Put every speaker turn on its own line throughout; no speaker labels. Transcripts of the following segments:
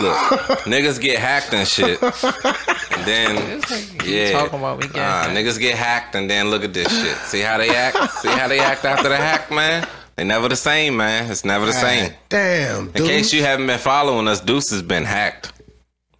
Look, niggas get hacked and shit. And then,
It's like, you
yeah.
talking about we
Nah,
got
niggas get hacked and then look at this shit. See how they act? See how they act after the hack, man? They never the same, man. It's never the same.
God Damn,
In
dude.
case you haven't been following us, Deuce has been hacked.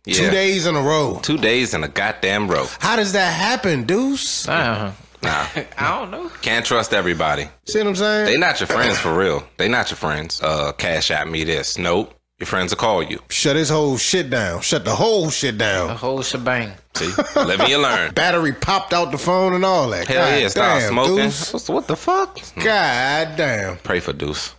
Yeah.
Two days in a row.
Two days in a goddamn row.
How does that happen, Deuce?
Nah,
Nah.
I don't know.
Can't trust everybody.
See what I'm saying?
They not your friends for real. They not your friends. Uh, cash at me this. Nope. Your friends will call you.
Shut his whole shit down. Shut the whole shit
The
down.
whole shebang.
See, live and you learn.
Battery popped out the phone and all that.
Hell
God
yeah, stop
damn,
smoking. Mm.
Deuce.
What's- What the fuck?
God damn.
Pray for Deuce.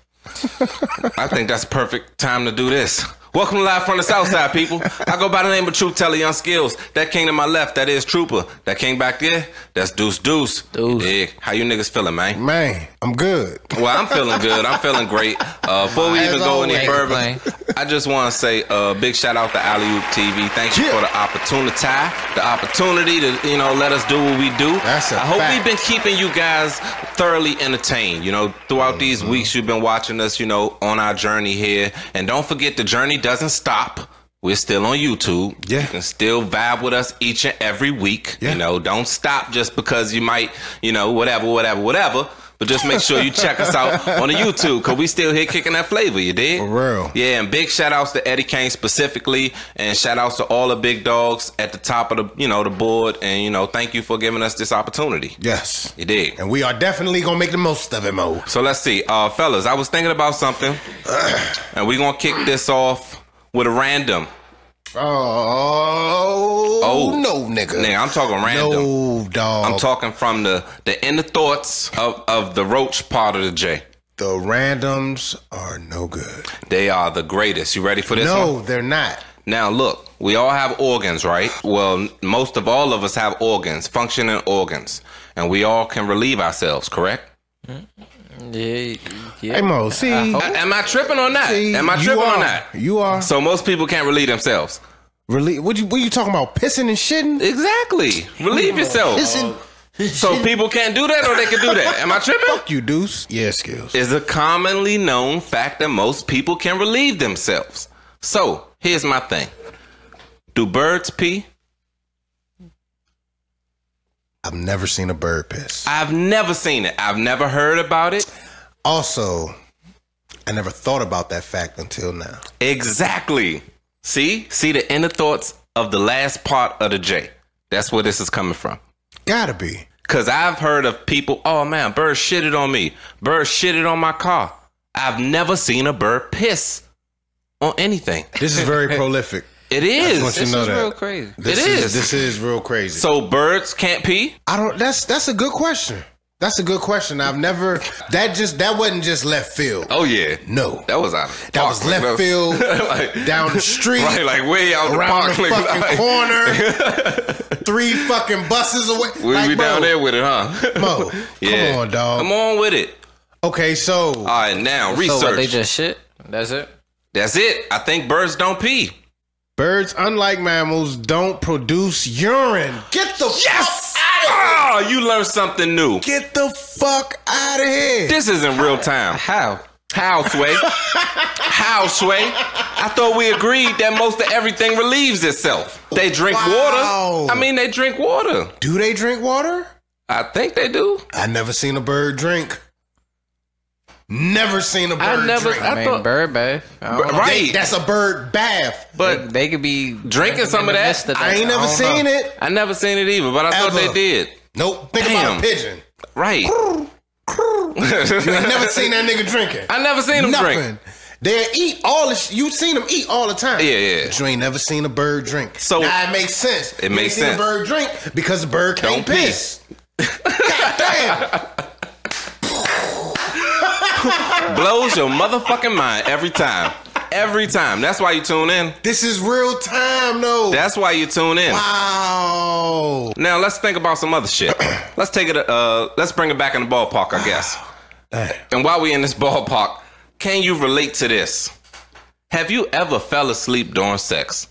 I think that's a perfect time to do this. Welcome to live from the South Side, people. I go by the name of Truth Teller Young Skills. That king to my left, that is Trooper. That king back there, that's Deuce Deuce.
Deuce.
Yeah, how you niggas feeling, man?
Man, I'm good.
Well, I'm feeling good. I'm feeling great. Uh, before we
As
even go any
always.
further,
Ain't
I just want to say a uh, big shout out to Alley Oop TV. Thank you
Yeah.
for the opportunity, the opportunity to you know let us do what we do.
That's a
I hope
fact.
we've been keeping you guys thoroughly entertained. You know, throughout these
Mm-hmm.
weeks, you've been watching us. You know, on our journey here, and don't forget the journey doesn't stop. We're still on YouTube.
Yeah.
You can still vibe with us each and every week.
Yeah.
You know, don't stop just because you might, you know, whatever, whatever, whatever. But just make sure you check us out on the YouTube because we still here kicking that flavor. You dig?
For real.
Yeah, and big shout outs to Eddie Kane specifically, and shout outs to all the big dogs at the top of the you know the board, and you know thank you for giving us this opportunity.
Yes.
You dig?
And we are definitely gonna make the most of it, Mo.
So let's see, uh, fellas. I was thinking about something, and we're gonna kick this off with a random.
Oh,
Oh.
no, nigga.
Nigga, I'm talking random.
no, dog.
I'm talking from the the inner thoughts of of the roach part of the J.
the randoms are no good.
They are the greatest. You ready for this
no,
one?
they're not.
Now look, we all have organs, right? Well, n- most of all of us have organs, functioning organs, and we all can relieve ourselves, correct?
Yeah, yeah.
Hey, Mo, see,
A- am I tripping on that?
see,
Uh, am I
you
tripping
are,
on that?
You are
So most people can't relieve themselves.
really. What you? What you talking about? Pissing and
Uh,
shitting?
Exactly. Relieve yourself.
Pissing.
So people can't do that or they can do that. Am I tripping?
Fuck you, Deuce. Yeah, skills.
is a commonly known fact that most people can relieve themselves. So here's my thing: Do birds pee?
I've never seen a bird piss.
I've never seen it. I've never heard about it.
Also, I never thought about that fact until now.
Exactly. See, see the inner thoughts of the last part of the J. That's where this is coming from.
Gotta be.
Cause I've heard of people. Oh man, birds shitted on me. Birds shitted on my car. I've never seen a bird piss on anything.
This is very prolific.
It
what
is.
you
this
know
is
that.
real crazy.
This
It is.
This is real crazy.
So birds can't pee.
I don't. That's that's a good question. That's a good question. I've never. That just that wasn't just left field.
Oh yeah.
No,
That was out. Of
That was left
bro.
field,
Like-
down the street,
Right, like way out the
around
park.
the
nigga.
fucking
Like,
corner, three fucking buses away.
We
like,
be
bro,
down there with it, huh?
Mo,
Yeah.
come on, Uh, dog.
Come on with it.
Okay, so
All right, now
So
research.
what, they just shit. That's it.
That's it. I think birds don't pee.
birds, unlike mammals, don't produce urine. Get the
Yes. Oh, you learned something new.
fuck, get the fuck out of here.
This isn't real time.
How?
How sway? How sway? I thought we agreed that most of everything relieves itself. They drink
Wow.
water. I mean, they drink water.
Do they drink water?
I think they do.
I never seen a bird drink. Never seen a bird
I never-
drink.
I
I mean,
thought-
bird bath. I don't know.
Right.
That's a bird bath.
but
They could be
Drinking some
in
of
the
that?
midst
I ain't
that.
never
don't
seen
know.
it.
I never seen it either. But I thought
Ever.
they did.
Nope. Think
Damn.
about a pigeon.
Right.
I never seen that nigga drinking.
I never seen them
Nothing.
drink.
They eat all the sh- you seen them eat all the time.
Yeah, yeah.
But you ain't never seen a bird drink.
So-
now, it makes sense.
It
You
makes
ain't seen
sense.
a bird drink because a bird can't
Don't pee.
piss. God damn.
blows your motherfucking mind every time. Every time. That's why you tune in.
This is real time though.
That's why you tune in.
wow.
Now let's think about some other shit. let's take it. Uh, let's bring it back in the ballpark, I guess.
Ah,
and while we in this ballpark, can you relate to this? Have you ever fell asleep during sex?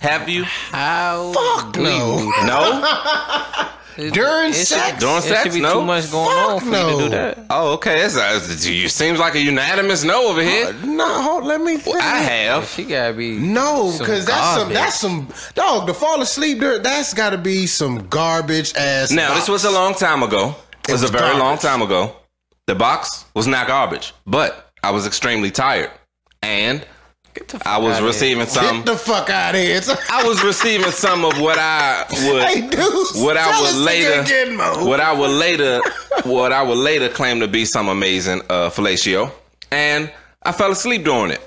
Have you?
How?
Fuck no.
No.
It-
During
it should-
sex?
During
It should
sex?
be
No.
too much going
Fuck
on for you
no.
to do that.
Oh, okay. It's a, it's- you seems like a unanimous no over
Uh,
here.
No, hold, let me. Think.
I have.
She gotta be.
No,
some
because that's some
garbage.
that's some dog. To fall asleep, there- that's got to be some garbage ass.
Now
box.
this was a long time ago. It was,
was
a very long
garbage.
time ago. The box was not garbage, but I was extremely tired, and
Get the fuck
I was
outta here.
receiving
Get
some.
the fuck out of here! It's
I was receiving some of what I would.
hey, dude,
what I
tell
would
us
later,
again, Mo.
what I would later, what I would later claim to be some amazing uh, fellatio, and I fell asleep during it.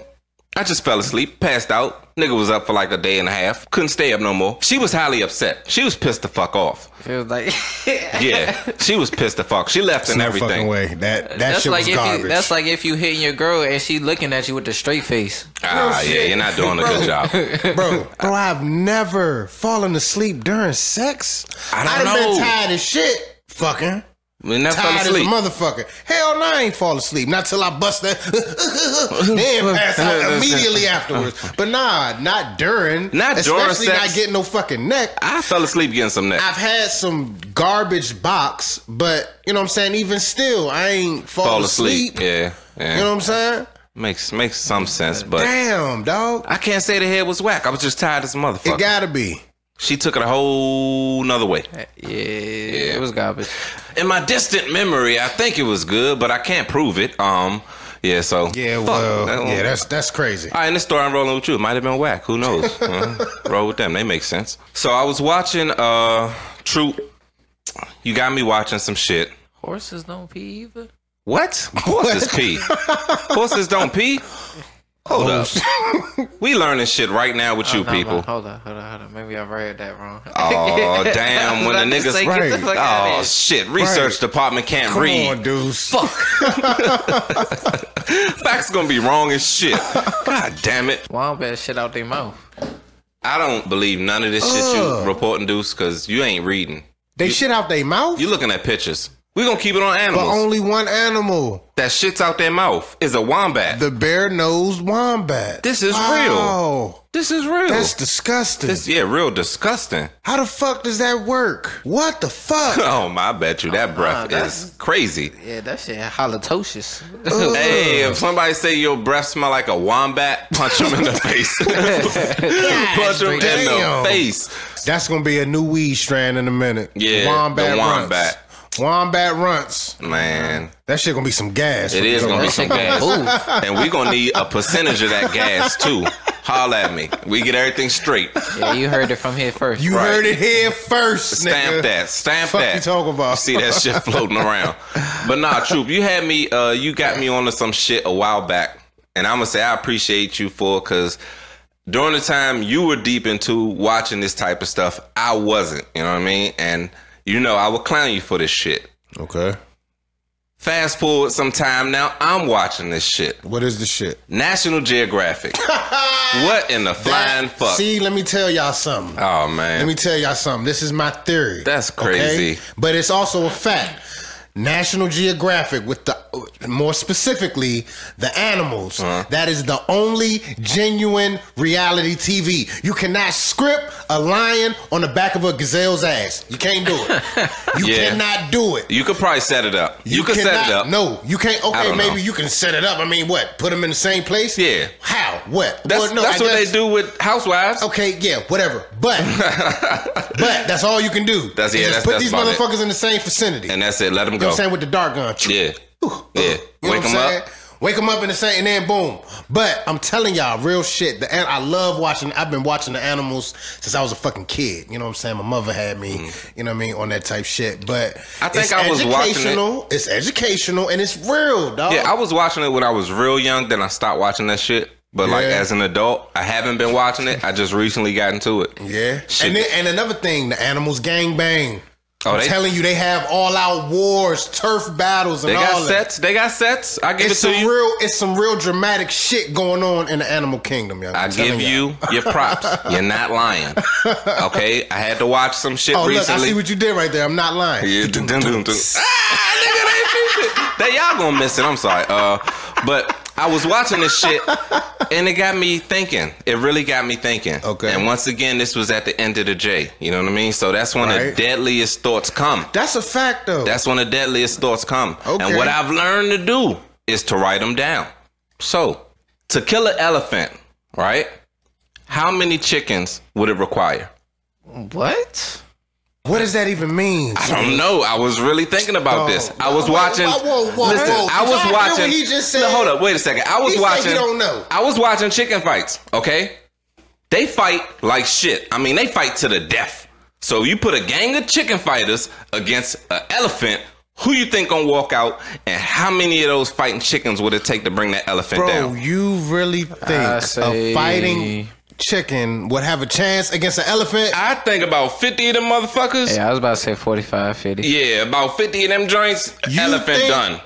I just fell asleep, passed out. Nigga was up for like a day and a half. Couldn't stay up no more. She was highly upset. She was pissed the fuck off.
It was like
Yeah, she was pissed the fuck. She left and
no fucking
everything.
way. That that
that's
shit
like
was
if
garbage.
you that's like if you hitting your girl and she looking at you with a straight face.
Ah, yeah, you're not doing a good job.
bro, bro, I've never fallen asleep during sex.
I don't
I'd have
know.
been tired as shit. Fucking
We never fell
tired as a
asleep.
motherfucker. Hell no, I ain't fall asleep. Not till I bust that. then pass out immediately afterwards. But nah, not during.
Not during
Especially
sex.
not getting no fucking neck.
I fell asleep getting some neck.
I've had some garbage box, but you know what I'm saying. Even still, I ain't fall,
Fall
asleep.
asleep. Yeah, yeah.
You know what I'm saying?
makes makes some sense, but
Damn, dog.
I can't say the head was whack. I was just tired as a motherfucker.
It gotta be.
She took it a whole nother way.
Yeah, it was garbage.
In my distant memory, I think it was good, but I can't prove it. Um, yeah, so
Yeah,
fuck.
well,
That one-
yeah, that's that's crazy.
All right, in this story, I'm rolling with you. It might have been whack. Who knows? Uh, roll with them. They make sense. So I was watching uh True. You got me watching some shit.
Horses don't pee either.
What? Horses pee. Horses don't pee. Hold up.
Oh,
we learning shit right now with you
No,
people.
but Oh, Hold on, hold on, hold on. Maybe I read that wrong.
Oh damn! When the niggas
right.
right.
Oh shit! Research
Right.
department can't
Come
read.
on, dudes. Fuck.
Facts gonna be wrrong as shit. God damn it!
Wombat shit out their mouth.
I don't believe none of this shit you
Ugh.
reporting, Deuce, because you ain't reading.
They shit out their mouth,
You looking at pictures. We gonna keep it on
but
animals.
only one animal.
that shit's out their mouth is a wombat.
The bare nosed wombat.
This is
Wow.
this is real.
That's disgusting.
this, yeah, real disgusting.
How the fuck does that work? What the fuck?
Oh my, I bet you that breath
that's-
is crazy.
Yeah, that shit halitosis.
Hey, if somebody say your breath smell like a wombat, punch them in the face. punch them in the
Damn.
face.
That's gonna be a new weed strand in a minute.
Yeah,
wombat
the wombat.
runts. Wombat runts.
Man,
That shit gonna be some gas.
it is gonna be
that
some
shit gonna
gas.
move.
and we gonna need a percentage of that gas too. Holla at me. We get everything straight.
Yeah, you heard it from here first.
You
Right.
heard it here first,
Stamp
nigga.
that. Stamp
Fuck
that.
you talking about?
see that shit floating around. But nah, troop, you had me. Uh, you got me onto some shit a while back, and I'm gonna say I appreciate you for because during the time you were deep into watching this type of stuff, I wasn't. You know what I mean? And you know I would clown you for this shit.
Okay.
Fast forward some time now, I'm watching this shit.
What is the shit?
National Geographic. what in the flying
That-
fuck?
See, let me tell y'all something.
oh man.
Let me tell y'all something. This is my theory.
That's crazy.
But it's also a fact. National Geographic, with the more specifically the animals,
Uh-huh.
that is the only genuine reality TV. You cannot script a lion on the back of a gazelle's ass. You can't do it. You
Yeah.
cannot do it.
you could probably set it up. You, could set it
cannot-
up.
No, you can't. Okay,
don't know.
maybe you can set it up. I mean, what? Put them in the same place?
Yeah.
How? What?
That's,
Well, no,
that's
I
what
guess-
they do with housewives.
Okay, yeah, whatever. But but that's all you can do.
That's-
You
yeah, that's-
Just put
that's
these
about it.
motherfuckers in the same vicinity.
And that's it. Let them
you know
go.
what I'm saying with the dark gun.
Yeah. Yeah.
You know
Wake
what I'm
them
saying?
up.
Wake them up in the same, and then boom. But I'm telling y'all, real shit. The an- I love watching. I've been watching the animals since I was a fucking kid. You know what I'm saying? My mother had me. You know what I mean on that type shit. But
Mm. I think
it's
I was watching it.
educational. It's educational and it's real, dog.
Yeah, I was watching it when I was real young. Then I stopped watching that shit. But like
Yeah.
as an adult, I haven't been watching it. I just recently got into it.
Yeah.
Shit.
And then, and another thing, the animals gang bang.
Oh,
I'm
they-
telling you, they have all out wars, turf battles, and
They
all
got
that.
sets. They got sets. I give
It's
it
some
to you.
real, it's some real dramatic shit going on in the animal kingdom, y'all.
I
I'm telling
give
y'all.
you your props. You're not lying. Okay, I had to watch some shit
Oh, look, I
recently.
see what you did right there. I'm not lying.
Yeah, dun- dun- dun- dun. Ah, nigga, they fixed it. That y'all gonna miss it. I'm sorry. Uh, but I was watching this shit, and it got me thinking. It really got me thinking.
Okay.
And once again, this was at the end of the J. You know what I mean? So that's when
Right.
the deadliest thoughts come.
That's a fact, though.
That's when the deadliest thoughts come.
Okay.
And what I've learned to do is to write them down. So, to kill an elephant, right? How many chickens would it require?
What?
what does that even mean?
I don't know. I was really thinking about this. I was
Whoa,
watching.
whoa, whoa, whoa,
listen,
whoa.
I
Did y'all
was
hear what
watching.
he just
No,
said?
hold up. Wait a second. I was
He said he
watching.
don't know.
I was watching chicken fights. Okay, they fight like shit. I mean, they fight to the death. So you put a gang of chicken fighters against an elephant. Who you think gonna walk out? And how many of those fighting chickens would it take to bring that elephant
Bro,
down?
you really think
say-
a fighting chicken would have a chance against an elephant?
I think about fifty of them motherfuckers.
Yeah, I was about to say 45, 50.
Yeah, about fifty of them joints.
You
elephant
think-
done.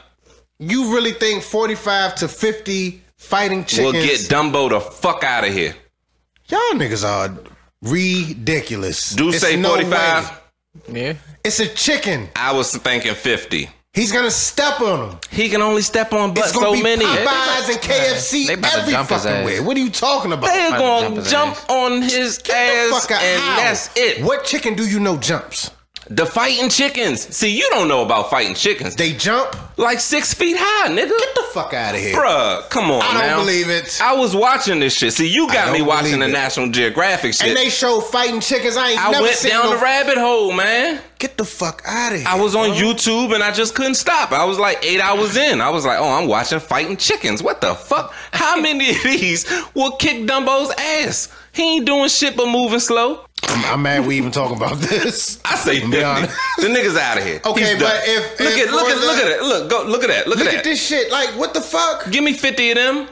you really think 45 to 50 fighting
We'll
chickens?
get Dumbo the fuck out of here.
Y'all niggas are ridiculous.
Do
It's
say
no way.
45.
Yeah.
It's a chicken.
I was thinking 50.
He's gonna step on him.
He can only step on but
It's gonna
so
be
many.
Popeyes and KFC
They about to
every
jump his
fucking
ass.
way. What are you talking about?
They're
Might
going to
jump his
jump
ass.
on his
Get the
ass,
fuck out.
and
How?
that's it.
What chicken do you know jumps?
The fighting chickens. See, you don't know about fighting chickens. They
They jump.
like six feet high, nigga.
Get the fuck out of here.
Bruh, come on
I don't
now.
believe it.
I was watching this shit. See, you got
I
me
don't
watching the
believe it.
National Geographic shit.
and they show fighting chickens. I ain't
I
never
went
seen
down the
no
rabbit hole, man.
Get the fuck out of here.
I was on YouTube and I just couldn't stop. I was like eight hours in. I was like, oh, I'm watching fighting chickens. What the fuck? How many of these will kick Dumbo's ass? He ain't doing shit but moving slow.
I'm, I'm mad we even talking about this.
I say
I'm
fifty.
be honest.
The niggas out of here.
Okay,
He's done.
but if-
look
if
at look
for
at look
the-
at it. Look go look at that. Look,
Look
at, that.
at this shit. Like, what the fuck?
Give me fifty of them.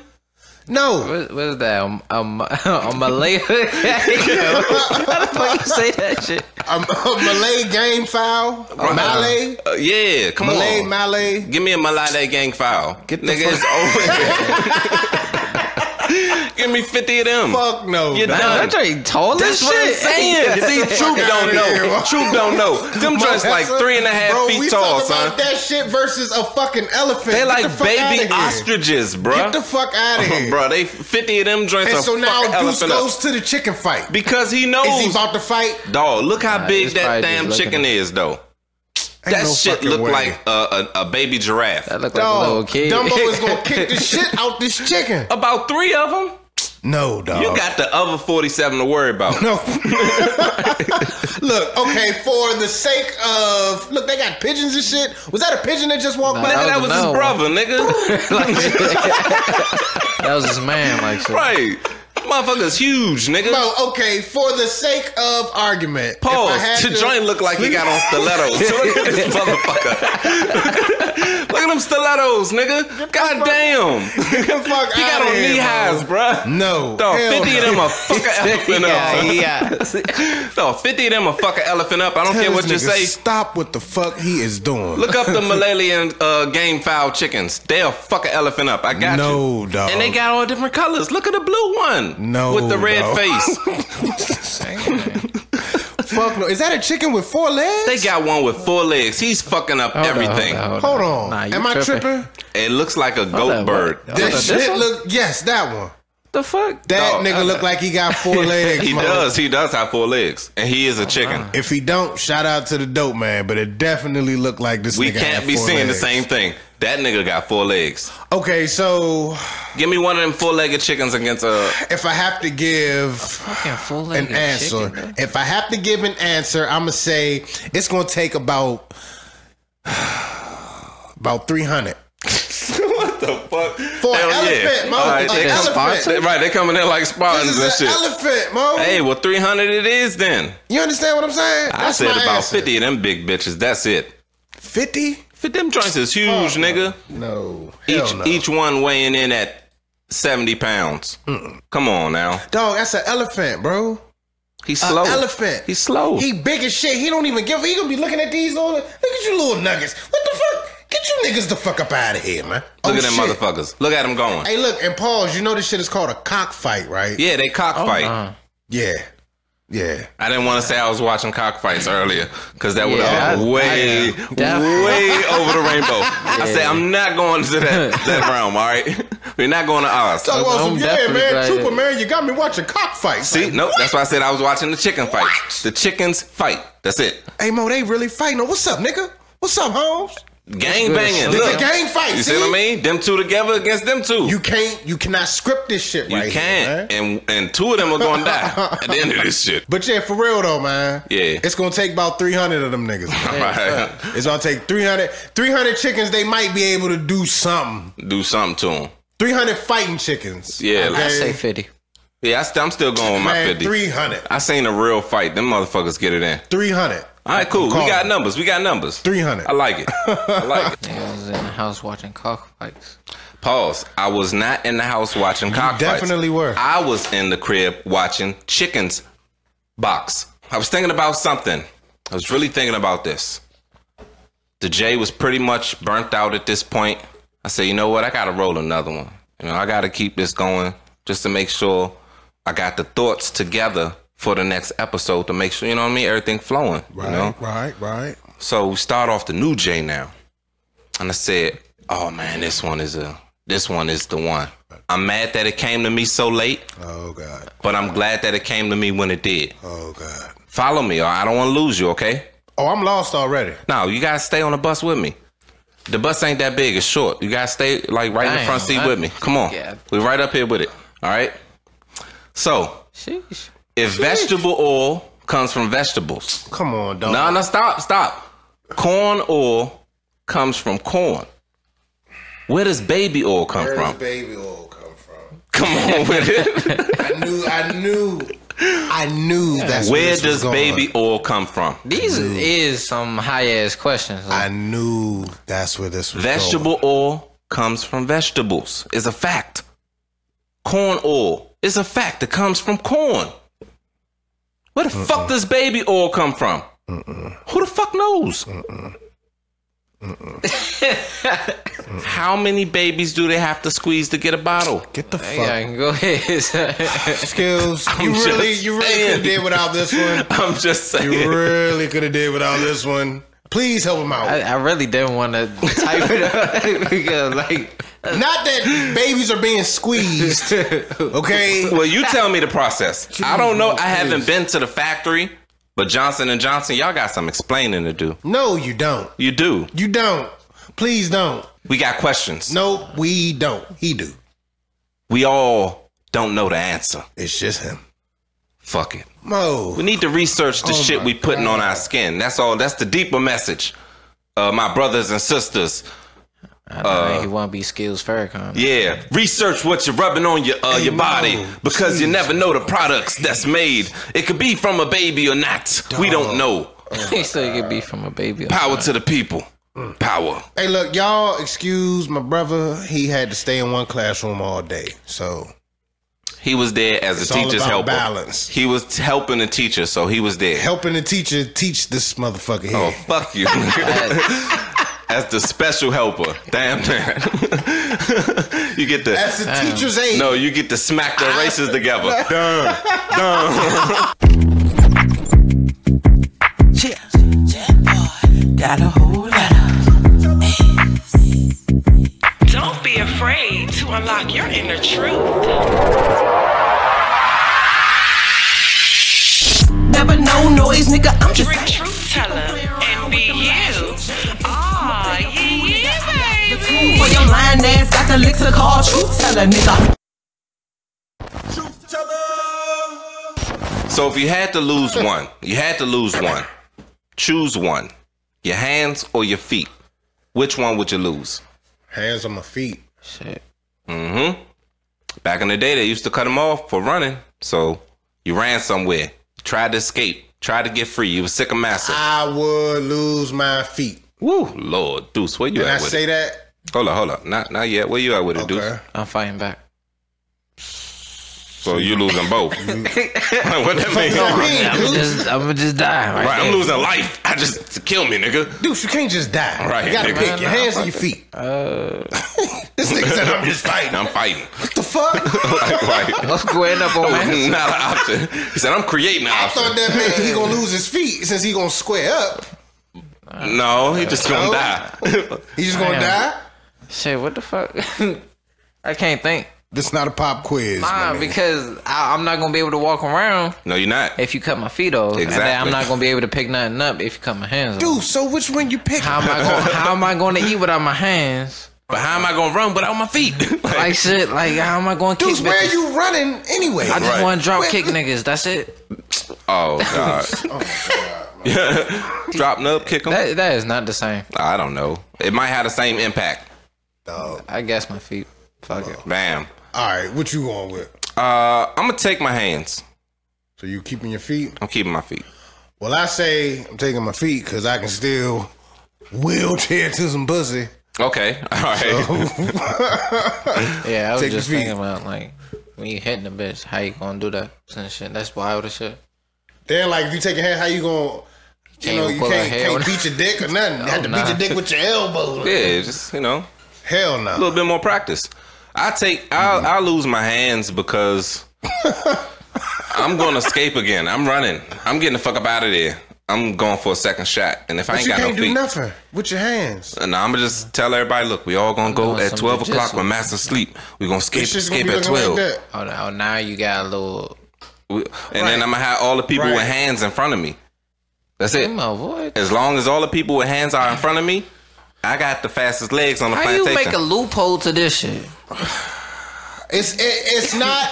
No.
What, what is that? Um, um, a Malay. How the fuck you say that shit?
A, a Malay game foul. A Malay.
Uh, yeah, come
Malay,
on.
Malay.
Give me a Malay gang foul.
Get the
niggas over. Give me fifty of them.
Fuck no.
You're
Nah.
done.
That drink tall as
That's what I'm
shit.
saying. See, Troop
fuck
don't
outta
know.
here.
Troop don't know. Them joints like three and a half
Bro, we
feet tall,
talking
son.
About that shit versus a fucking elephant.
They
Get
like
the fuck outta
baby
here.
ostriches, bruh.
Get the fuck out of here,
bro. They fifty of them joints
And
are
so now
fucking
Deuce
elephant up.
goes to the chicken fight.
because he
Is he
knows.
about to fight?
Dog, look how
Nah,
big
it's
that
probably just
damn
looking
chicken
at-
is, though.
Ain't
that
no
shit
fucking
look
way.
like a, a, a baby giraffe.
That look like a little
Dog,
kid.
Dumbo is gonna kick the shit out this chicken.
About three of them.
No, dog.
Oh, You got the other forty-seven to worry about.
No. look, okay, for the sake of look, they got pigeons and shit. Was that a pigeon that just walked
Nah,
by?
Nigga, that was his
No.
brother, nigga.
that was his man, like so.
right. Motherfucker's huge, nigga.
Bro, okay, for the sake of argument. if I had
Pause. To joint look like he got on stilettos. look at this motherfucker. look at them stilettos, nigga. God damn.
Get the fuck
He got
outta
on
here,
knee
bro.
highs, bruh.
No.
Dog,
hell
50 of
no.
them a fucking elephant
Yeah,
up.
yeah.
Dog, 50 of them a fucking elephant up. I don't
Tell
care
this
what you
nigga,
say.
Stop what the fuck he is doing.
Look up the Malayan uh, game fowl chickens. They a fucking elephant up. I got you.
no, dog.
And they got all different colors. Look at the blue one.
No,
With the red
dog.
face.
fuck no. Is that a chicken with four legs?
They got one with four legs. He's fucking up
Hold on,
everything.
Hold on.
Nah, you
Am I
tripping.
tripping?
It looks like a
Hold
goat
on,
bird.
what?
That
Hold on,
shit
one?
look yes, that one.
the fuck?
That
Dog,
nigga look like he got four legs.
He
mother-
does. He does have four legs, and he is
Oh,
a chicken.
If he don't, shout out to the dope man, but it definitely looked like this
We
nigga
can't
had
be
four
seeing the
legs.
same thing. That nigga got four legs.
Okay, so
Give me one of them four-legged chickens against a.
if I have to give
Fucking full
an answer, if I have to give an answer, I'm gonna say it's gonna take about about 300.
what the fuck?
For an elephant, mo. An
they come-
elephant.
they- right, they coming in like
This
Spartans and
is an
Oh, shit.
elephant, mo.
Hey, well, three hundred it is then.
You understand what I'm saying?
I said
my
about
answer.
fifty of them big bitches. That's it.
50?
Fit them joints is huge, nigga.
No. Oh, Hell
Each
no.
each one weighing in at seventy pounds. Come on now,
Dog, that's an elephant, bro.
he's slow.
elephant.
He's slow.
He big as shit. He don't even give. He gonna be looking at these little. Look at you, little nuggets. What the fuck? Get you niggas the fuck up out of here, man.
Look
Oh,
at them
shit.
motherfuckers. Look at them going.
Hey, look and pause. You know this shit is called a cockfight, right?
Uh-huh. Yeah, they cockfight.
Uh,
Yeah. Yeah.
I didn't want to say I was watching cockfights earlier because that would
Yeah,
have
I-
way,
I am.
way over the rainbow. I said I'm not going to that, that realm. All right, we're not going to Oz.
Talk about
I'm
some, yeah,
definitely
man,
glad
trooper,
that-
man, you got me watching cockfights.
See,
Like,
nope. That's why I said I was watching the chicken fights. The chickens fight. That's it.
hey, Mo, they really fighting. Oh, what's up, nigga? What's up, Holmes?
Gang banging.
It's
It's
Look,
a gang fight.
you
see?
see what I mean? Them two together against them two.
You can't, you cannot script this shit
You
right here, man.
can't. and and two of them are going to die at the end of this shit.
But yeah, for real though, man.
Yeah.
It's gonna take about 300 of them niggas.
All right.
it's gonna take 300, 300 chickens. They might be able to do something.
Do something to them.
300 fighting chickens.
Yeah, like-
I say 50.
Yeah, I st- I'm still going with my
man,
50.
300.
I seen a real fight. Them motherfuckers get it in.
300.
All right, cool. We
Call
got
it.
numbers. We got numbers.
300.
I like it. I like it.
Nigga was in the house watching cockfights.
Pause. I was not in the house watching cockfights.
definitely were.
I was in the crib watching chickens box. I was thinking about something. I was really thinking about this. The J was pretty much burnt out at this point. I said, you know what? I gotta roll another one. You know, I gotta keep this going just to make sure I got the thoughts together for the next episode to make sure you know what I mean. Everything flowing. You know?
right, right.
So we start off the new J now. And I said, Oh man, this one is a this one is the one. I'm mad that it came to me so late,
Oh god.
but I'm glad that it came to me when it did.
Oh god.
Follow me or I don't wanna lose you, okay?
Oh, I'm lost already.
No, you gotta stay on the bus with me. The bus ain't that big, it's short. You gotta stay like right in the
Damn,
front seat
I-
with me. Come on.
Yeah.
we right up here with it. All right. So
Sheesh.
if vegetable oil comes from vegetables,
Come on, dog.
No, no, stop, stop. Corn oil comes from corn. Where does baby oil come from?
baby oil come from?
Come on with it.
I knew, I knew, I knew that's where,
Where
this was
does
going.
baby oil come from?
These is some high ass questions.
I knew that's where this was
Vegetable oil comes from vegetables. It's a fact. Corn oil is a fact. It comes from corn. Where the fuck does baby oil come from? Who the fuck knows? How many babies do they have to squeeze to get a bottle?
Going. Get the fuck
yeah, I can go ahead.
skills.
I'm
You
just
really, you really could
saying.
have did without this one.
I'm just saying.
You really could have did without this one. Please help him out.
I, I really didn't want to type it up because, like,
uh,
Not that babies are being squeezed. Okay.
Well, you tell me the process. I don't know. I haven't been to the factory, but Johnson and Johnson, y'all got some explaining to do.
No, you don't.
You do.
You don't. Please don't.
We got questions.
No, we don't. He do.
We all don't know the answer.
It's just him.
Fuck it.
Mo.
We need to research the
Oh
shit
my
we putting on our skin. That's all. That's the deeper message. Uh, my brothers and sisters,
I
Uh,
he won't be skills Farrakhan.
yeah, research what you're rubbing on your uh, your
no.
body because you never know the products that's made. It could be from a baby or not. We don't know.
he said it could be from a baby.
Power to the people.
Mm.
Power.
Hey, look, y'all. Excuse my brother. He had to stay in one classroom all day. So
He was there as a
all
teacher's
about
helper.
balance.
He was t- helping the teacher, so he was there.
helping the teacher teach this motherfucker here.
Oh, fuck you. as the special helper. Damn man. you get the
That's the teacher's aid.
No, you get to smack the races together.
Yeah. Got a whole lot of.
Don't be afraid to unlock your inner truth.
Never know noise, nigga. I'm just.
Rick Truth Teller and be you. Ah, yeah, yeah, baby.
For your lying ass, got the elixir called truth teller, nigga.
So if you had to lose one, you had to lose one. Choose one. Your hands or your feet. Which one would you lose?
Hands on my feet.
Shit.
Back in the day, they used to cut them off for running. So you ran somewhere, tried to escape, tried to get free. You was sick of massa.
I would lose my feet.
Woo, Lord, Deuce, where you
Can I
at with
say
it?
that?
Hold up, hold up, not not yet. Where you at with it, Deuce?
Okay.
I'm fighting back.
So you losing both? what that mean?
I mean,
I'm
dude,
just, I'm just dying right,
Right, I'm
there.
losing life. I just kill me, nigga.
Deuce, you can't just die.
Right,
You gotta
nigga.
pick your hands and your feet. This nigga said I'm just fighting.
I'm fighting.
What the fuck?
like, like,
What's going up on
that
man?
was not an option. He said, I'm creating an
I thought
option.
that meant he gonna lose his feet since he gonna square up.
No, he just gonna
No.
die.
He just gonna
Damn.
die.
Shit, what the fuck? I can't think.
This not a pop quiz.
Nah,
my man.
because I, I'm not gonna be able to walk around
no, you're not.
if you cut my feet off. And then
Exactly.
I'm not gonna be able to pick nothing up if you cut my hands off.
dude. So which one you pick?
How am I gonna How am I gonna eat without my hands?
But how am I gonna run without my feet? like,
Like shit. Like how am I gonna kick?
Dude, where
bitches?
you running anyway?
I just
Right.
want to drop
Where-
kick niggas. That's it.
oh god.
Oh,
Yeah. Drop nub, kick him.
That that is not the same.
I don't know. It might have the same impact.
Dog.
I guess my feet. Fuck it.
Bam.
All right, what you going with?
Uh, I'm gonna take my hands.
So you keeping your feet?
I'm keeping my feet.
Well, I say I'm taking my feet because I can still wheelchair to some pussy.
Okay. All right.
Yeah, I was
Take the
just
feet.
thinking about like when you hitting the bitch, how you gonna do that and shit. That's wild as shit.
Then, like, if you take a hand, how you gonna? You
Can't
know,
even
you
pull her
can't,
hair
can't
with-
beat your dick or nothing. you have to
nah.
beat your dick with your elbow.
yeah, just you know,
Hell no.
a little bit more practice. I take.
Mm-hmm.
I'll, I'll lose my hands because I'm gonna escape again. I'm running. I'm getting the fuck up out of there. I'm going for a second shot, and if I
But
ain't
you
got
can't
no
do
feet,
nothing with your hands.
no, I'm gonna just tell everybody. Look, we all gonna go
doing
at
some
12 o'clock
jujitsu.
when Master sleep. We gonna escape,
It's just gonna
escape
be
at
looking
12,
like that.
Oh no, now you got a little.
We- and then I'm gonna have all the people with
Right. Mm.
hands in front of me. That's it.
Come on, boy.
As long as all the people with hands are in front of me, I got the fastest legs on the
How you
plantation.
make a loophole to this shit?
It's it, it's not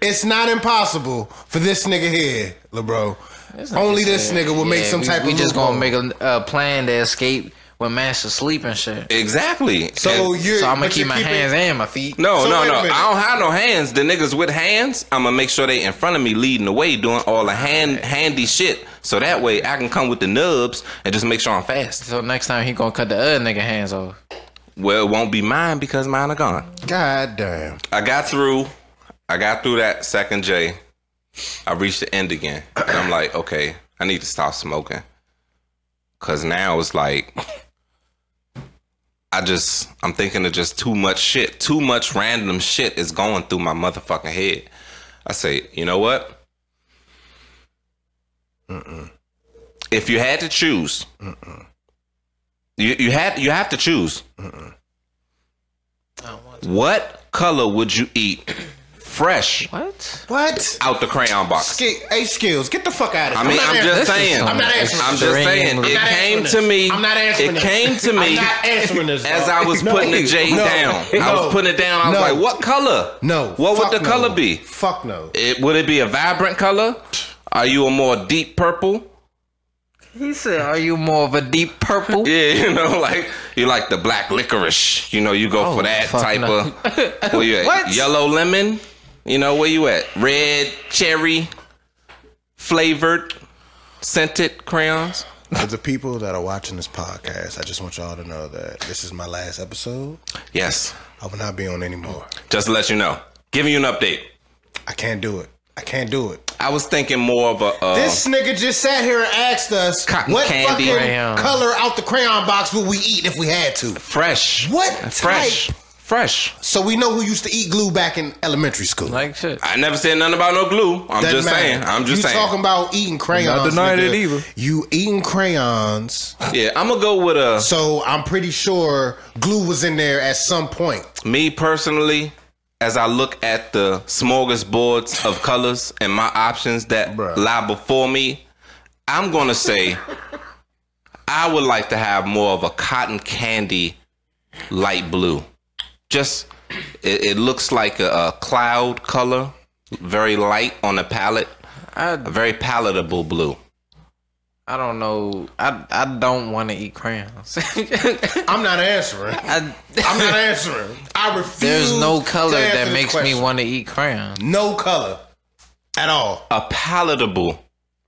it's not impossible for this nigga here, LeBro. Only this nigga will make
Yeah,
some
we-
type
We
of.
just
loophole.
gonna make a, a plan to escape when Master's sleep and shit.
Exactly.
So
And-
you
So I'm gonna
but you
keep my
it-
hands and my feet.
no,
so
no,
wait a
no. I
minute.
don't have no hands. The niggas with hands, I'm gonna make sure they in front of me, leading the way, doing all the hand handy shit. So that way, I can come with the nubs and just make sure I'm fast.
So next time he gonna cut the other nigga hands off.
Well, it won't be mine because mine are gone.
God damn.
I got through. I got through that second J. I reached the end again, and I'm like, okay, I need to stop smoking. Cause now it's like, I just I'm thinking of just too much shit. Too much random shit is going through my motherfucking head. I say, you know what? If you had to choose, you you had you have to choose. What color would you eat fresh
What?
What?
out the crayon box?
Sk- hey, skills, get the fuck out of
I
here.
mean,
not
I'm
answering
just
this.
saying.
I'm
not answering
I'm
this.
just
Ring
saying.
and
It
I'm not
came
answering
to me.
this. I'm not answering
It
this.
came to me
I'm not answering this.
as
dog.
I was putting the J
No.
down. I was
No.
putting it down. I was
No.
like, what color?
No.
What
Fuck
would the
no.
color be?
Fuck no.
It, would it be a vibrant color? Are you a more deep purple?
He said, "Are you more of a deep purple?"
Yeah, you know, like you like the black licorice. You know, you go
Oh,
for that
fuck
type
no.
of. Where you at?
What?
Yellow lemon. You know where you at? Red cherry flavored scented crayons.
For the people that are watching this podcast, I just want y'all to know that this is my last episode.
Yes,
I will not be on anymore.
just to let you know, giving you an update.
I can't do it. I can't do it.
I was thinking more of a. Uh,
This nigga just sat here and asked us
Cotton
what
candy
fucking
crayon.
color out the crayon box would we eat if we had to.
fresh.
What
Fresh.
type?
Fresh.
So we know who used to eat glue back in elementary school.
Like shit.
I never said nothing about no glue. I'm
Doesn't
just
matter.
saying. I'm just
you
saying.
talking about eating crayons.
Not denying
nigga.
it either.
You eating crayons.
yeah, I'm gonna go with a.
So I'm pretty sure glue was in there at some point.
Me personally, as I look at the smorgasbords of colors and my options that
Bruh.
lie before me, I'm gonna say I would like to have more of a cotton candy light blue. Just it, it looks like a, a cloud color, very light on the palette,
I
a very palatable blue.
I don't know. I I don't want to eat crayons.
I'm not answering.
I,
I'm not answering. I refuse.
there's no
to
color
answer
that
this
makes me
question.
want to eat crayons.
No color at all.
A palatable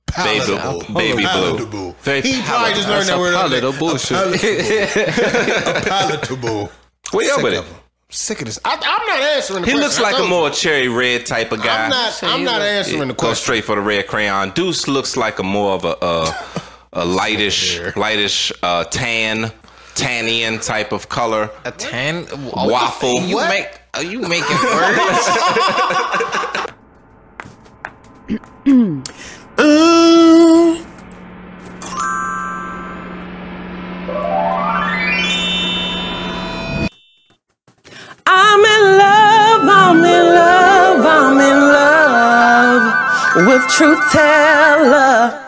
Palatable.
baby blue.
Palatable.
Very
he probably
palatable.
just learned
That's
that
a
word. up there.
palatable
Palatable. A palatable.
Where y'all
Sick
with it?
of him. Sick of this. I, I'm not answering. The
He
question.
looks
I
like a
told you.
more cherry red type of guy.
I'm not. I'm not answering
Go
the question.
straight for the red crayon. Deuce looks like a more of a uh, a lightish, lightish uh, tan. tannian type of color.
A tan
Waffle.
You
What?
make? Are you making words?
I'm in love, I'm in love, I'm in love with Truth Teller.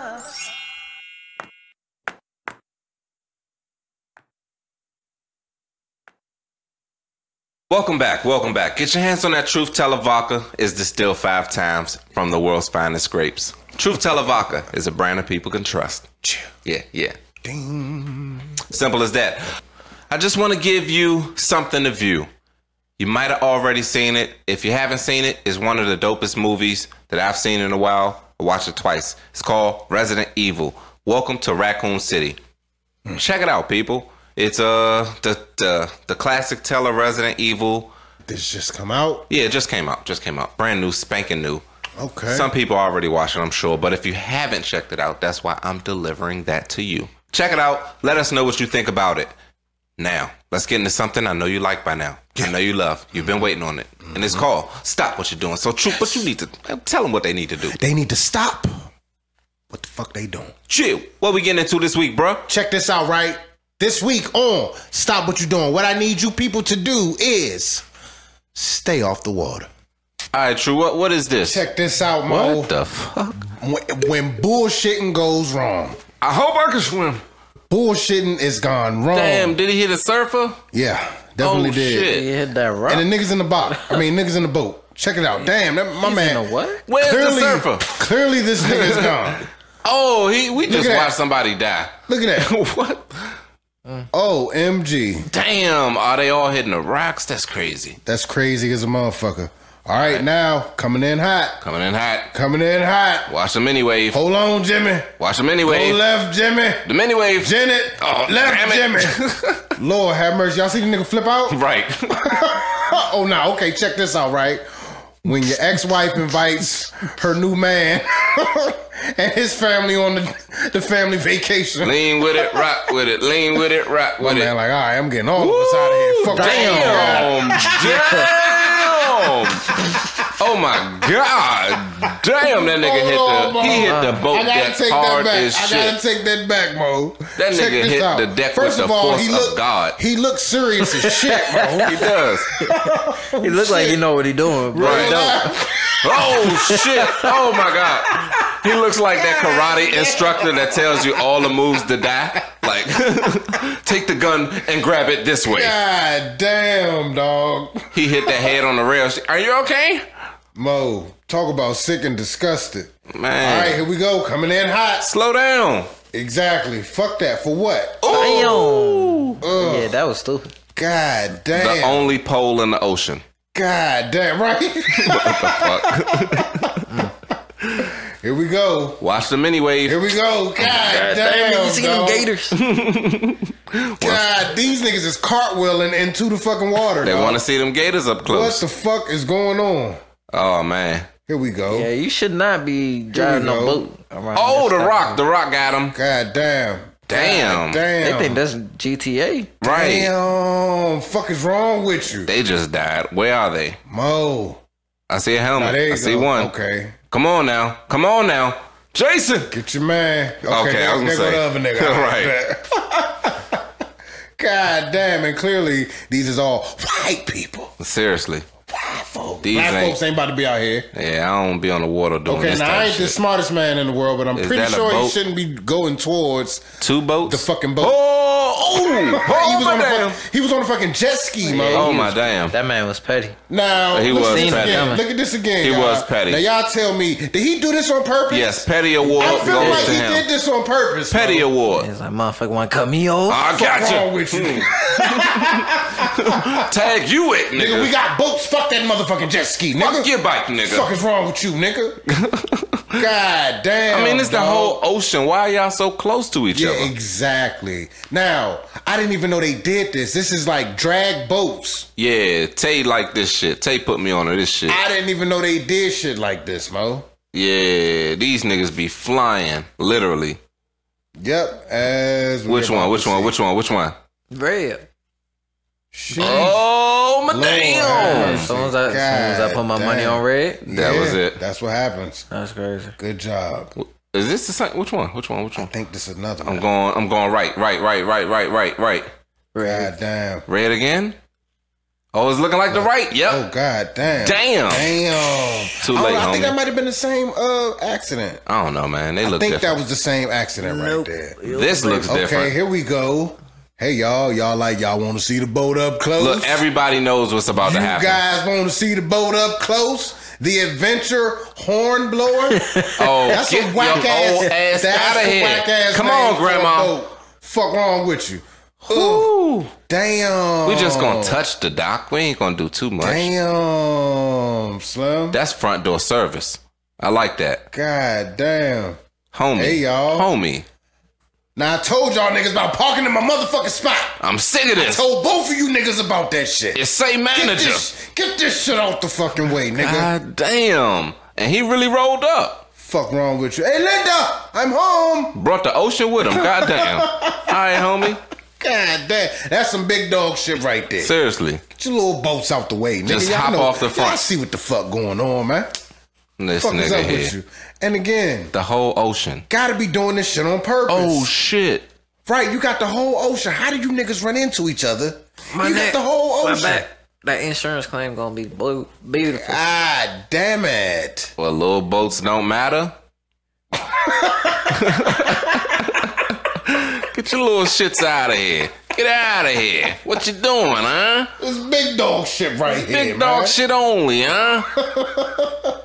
Welcome back, welcome back. Get your hands on that Truth Teller Vodka. It's distilled five times from the world's finest grapes. Truth Teller Vodka is a brand that people can trust. Yeah, yeah. Simple as that. I just want to give you something to view. You might have already seen it. If you haven't seen it, it's one of the dopest movies that I've seen in a while. I watched it twice. It's called Resident Evil. Welcome to Raccoon City. Check it out, people. It's uh the the, the classic Teller Resident Evil.
This just come out.
Yeah, it just came out. Just came out. Brand new, spanking new.
Okay.
Some people already watch it, I'm sure. But if you haven't checked it out, that's why I'm delivering that to you. Check it out. Let us know what you think about it. Now, let's get into something I know you like by now. I know you love. You've been waiting on it. And
Mm-hmm.
it's called Stop What You're Doing. So, Troop, but you need to tell them what they need to do.
They need to stop. What the fuck they doing?
Chill. What we getting into this week, bruh?
check this out right this week on stop what you doing what i need you people to do is stay off the water
All right, True. What, what is this?
check this out mo
what the fuck?
when, when bullshitting goes wrong
I hope I can swim.
bullshitting is gone wrong
Damn, did he hit a surfer?
yeah definitely
oh,
did
shit.
yeah, that rock.
and the niggas in the box i mean niggas in the boat check it out damn that, my man
the what?
Where's
clearly,
the surfer?
clearly this nigga is gone
Oh, he we just
at that.
watched somebody die.
look at that
what?
omg
Damn, are they all hitting the rocks? That's crazy.
that's crazy as a motherfucker all right now coming in hot
Coming in hot.
coming in hot
Watch the mini wave.
hold on jimmy
Watch the mini
Go
wave.
left, Jimmy.
The mini wave.
Janet,
Oh,
left,
damn
Jimmy. Lord have mercy. Y'all see the nigga flip out?
Right.
oh, no. Okay, check this out, right? When your ex-wife invites her new man and his family on the, the family vacation.
Lean with it, rock with it. Lean with it, rock
My
with
Oh, man
it.
like, all right, I'm getting all of us out of here. Fuck all y'all.
Damn. Damn. Oh my God. Damn, that nigga hit
Hold on,
the
bro.
he hit the boat
Oh, I gotta
that
take
hard
that back.
as
I
shit.
gotta take that back, Mo.
That
Check
nigga
this
hit
out.
the deck with
First
the
of all,
force
he
of
looked,
God.
He looked serious as shit, Mo.
He does.
He looked like he know what he doing, bro.
Right. Oh shit! Oh my god! He looks like that karate instructor that tells you all the moves to die. Like, take the gun and grab it this way.
God damn, dog.
He hit the head on the rail. She- Are you okay,
Mo, talk about sick and disgusted. All right,
man?
here we go. Coming in hot.
Slow down.
Exactly. Fuck that. For what? Oh,
Damn. Yeah, that was stupid.
God
The
damn.
only pole in the ocean.
God damn, right?
What the fuck?
here we go.
Watch them anyway.
Here we go. God, damn.
you see them
dog.
gators?
God, these niggas is cartwheeling into the fucking water.
They
dog.
want to see them gators up
What
close.
the fuck is going on?
Oh man.
Here we go.
Yeah, you should not be driving
go.
a boat around.
Oh,
this
the
time.
rock. The rock got him.
God damn.
Damn.
Damn.
They think that's GTA.
Right.
damn. Fuck is wrong with you?
They just died. Where are they?
Mo.
I see a
Now,
helmet.
there you
I see
go.
one.
Okay.
Come on now. Come on now. Jason.
Get your man. Okay,
Okay,
there,
I was gonna
there
say.
go the other nigga. God damn, and clearly these is all white people.
Seriously.
Black folks.
These
Black
ain't-
folks ain't about to be out here.
Yeah, I don't be on the water doing
Okay,
this
now
type
I ain't
of
the
shit.
smartest man in the world, but I'm
Is
pretty
that a
sure he
boat?
shouldn't be going towards.
Two boats.
The fucking boat.
Oh, oh, oh,
he, was
my
on the
damn.
fucking, he was on the fucking jet ski, man.
oh my damn.
That man was petty.
Now
He
look at
was
this
petty.
again. Look at this again.
He
y'all.
was petty.
Now y'all tell me, did he do this on purpose?
Yes, Petty Award
I feel
goes
like
to
he
him.
did this on purpose.
Petty
bro.
Award.
He's like, motherfucker, want to cut me off?
I
Fuck
got
wrong
you.
with you,
Hmm. Tag you it,
nigga? We
nigga.
got boats. Fuck that motherfucking jet ski, nigga.
Fuck your bike, nigga.
fuck is wrong with you, nigga? God damn.
I mean, it's the
dog.
whole ocean. Why y'all so close to each
Yeah,
other?
exactly. Now, I didn't even know they did this. This is like drag boats.
Yeah, Tay like this shit. Tay put me on to this shit.
I didn't even know they did shit like this, Mo.
Yeah, these niggas be flying, literally.
Yep. As we
Which
about
one?
to
Which one?
see.
Which one? Which one?
Red.
Sheesh.
Oh my
Lord have
damn!
mercy.
As soon as I, as soon as I put my
God
money
damn.
on red,
That
Yeah,
was it.
That's what happens.
that's crazy.
Good job.
Is this the same? Which one? Which one? Which
I
one?
think this is another
I'm
one.
going. I'm going right, right, right, right, right, right, right.
God damn.
Red again. Oh, it's looking like the right.
Oh
Yep.
God damn.
Damn.
Damn.
Too
I don't
late,
know, I think
homie.
that might have been the same uh accident.
I don't know, man. They
I
look
think that
different.
was the same accident right there.
this looks
Okay,
different.
here we go. Hey y'all, y'all like y'all want to see the boat up close?
Look, everybody knows what's about
you
to happen.
guys want to see the boat up close? The adventure horn blower?
oh,
That's
get
a whack
your
ass.
old ass
that's
out
a
of here.
whack ass.
Come
name
on,
for a
Grandma.
boat. Fuck wrong with you? Ugh,
Ooh.
damn.
We just gonna touch the dock. We ain't gonna do too much.
Damn, Slim.
That's front door service. I like that,
God damn.
homie.
Hey, y'all.
homie.
Now I told y'all niggas about parking in my motherfucking spot.
I'm sick of this.
Told both of you niggas about that shit.
It's say
Get
manager.
this, get this shit off the fucking way, nigga.
God damn. And he really rolled up.
Fuck wrong with you. Hey, Linda, I'm home.
Brought the ocean with him. God damn. All right, homie.
God damn, that's some big dog shit right there.
Seriously.
Get your little boats out the way, nigga.
Just
y'all
hop
know,
off the
Y'all
front.
see what the fuck going on, man.
This
Fuck is
nigga
up
here.
with you? And again,
The whole ocean.
gotta be doing this shit on purpose.
Oh shit.
right, you got the whole ocean. How did you niggas run into each other? you
neck,
got the whole
my
ocean.
back. That insurance claim gonna be blue, beautiful.
Ah, damn it.
Well, little boats don't matter. Get your little shits out of here. Get out of here. What you doing, huh?
This big dog shit right here.
Big dog
man.
shit only, huh?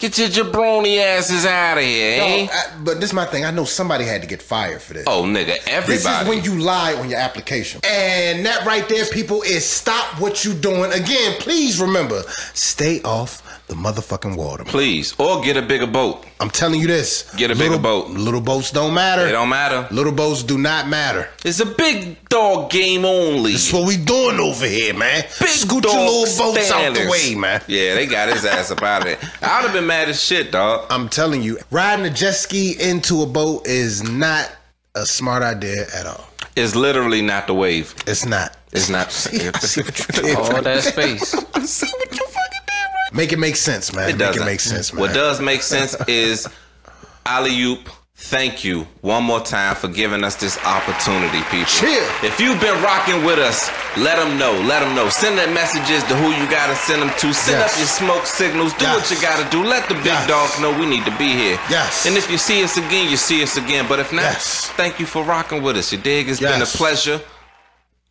Get your jabroni asses out of here,
No,
eh?
I- but this is my thing. I know somebody had to get fired for this.
Oh, nigga, everybody.
This is when you lie on your application. And that right there, people, is stop what you doing. Again, please remember, stay off the motherfucking water.
Please, or get a bigger boat.
I'm telling you this.
Get a
little,
bigger boat.
Little boats don't matter.
It don't matter.
Little boats do not matter.
It's a big dog game only.
That's what we doing over here, man.
Big
Scoot
dog
your little boats out the
standards.
way, man.
Yeah, they got his ass up out of there. I'd have been mad as shit, dog.
I'm telling you, riding a jet ski into a boat is not a smart idea at all.
It's literally not the wave.
It's not.
It's not.
See what you did
All
right
that space.
Make it make sense, man.
It
make
doesn't
it make sense, man.
What does make sense is alley oop. Thank you one more time for giving us this opportunity, people.
Chill.
If you've been rocking with us, let them know. Let them know. Send their messages to who you gotta send them to. Send
Yes.
up your smoke signals. Do
Yes.
what you gotta do. Let the big
Yes.
dogs know we need to be here.
Yes.
And if you see us again, you see us again. But if not,
Yes.
thank you for rocking with us. You dig? It's been a
Yes.
pleasure.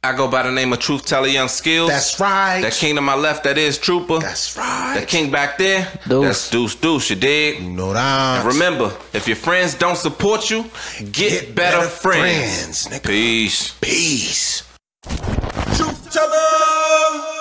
I go by the name of Truth Teller Young Skills.
That's right.
That king to my left, that is Trooper.
That's right.
That king back there,
Deuce.
that's Deuce Deuce, you dig?
You know that.
Remember, if your friends don't support you, get, better, friends.
friends, nigga.
Peace.
Peace.
Truth teller.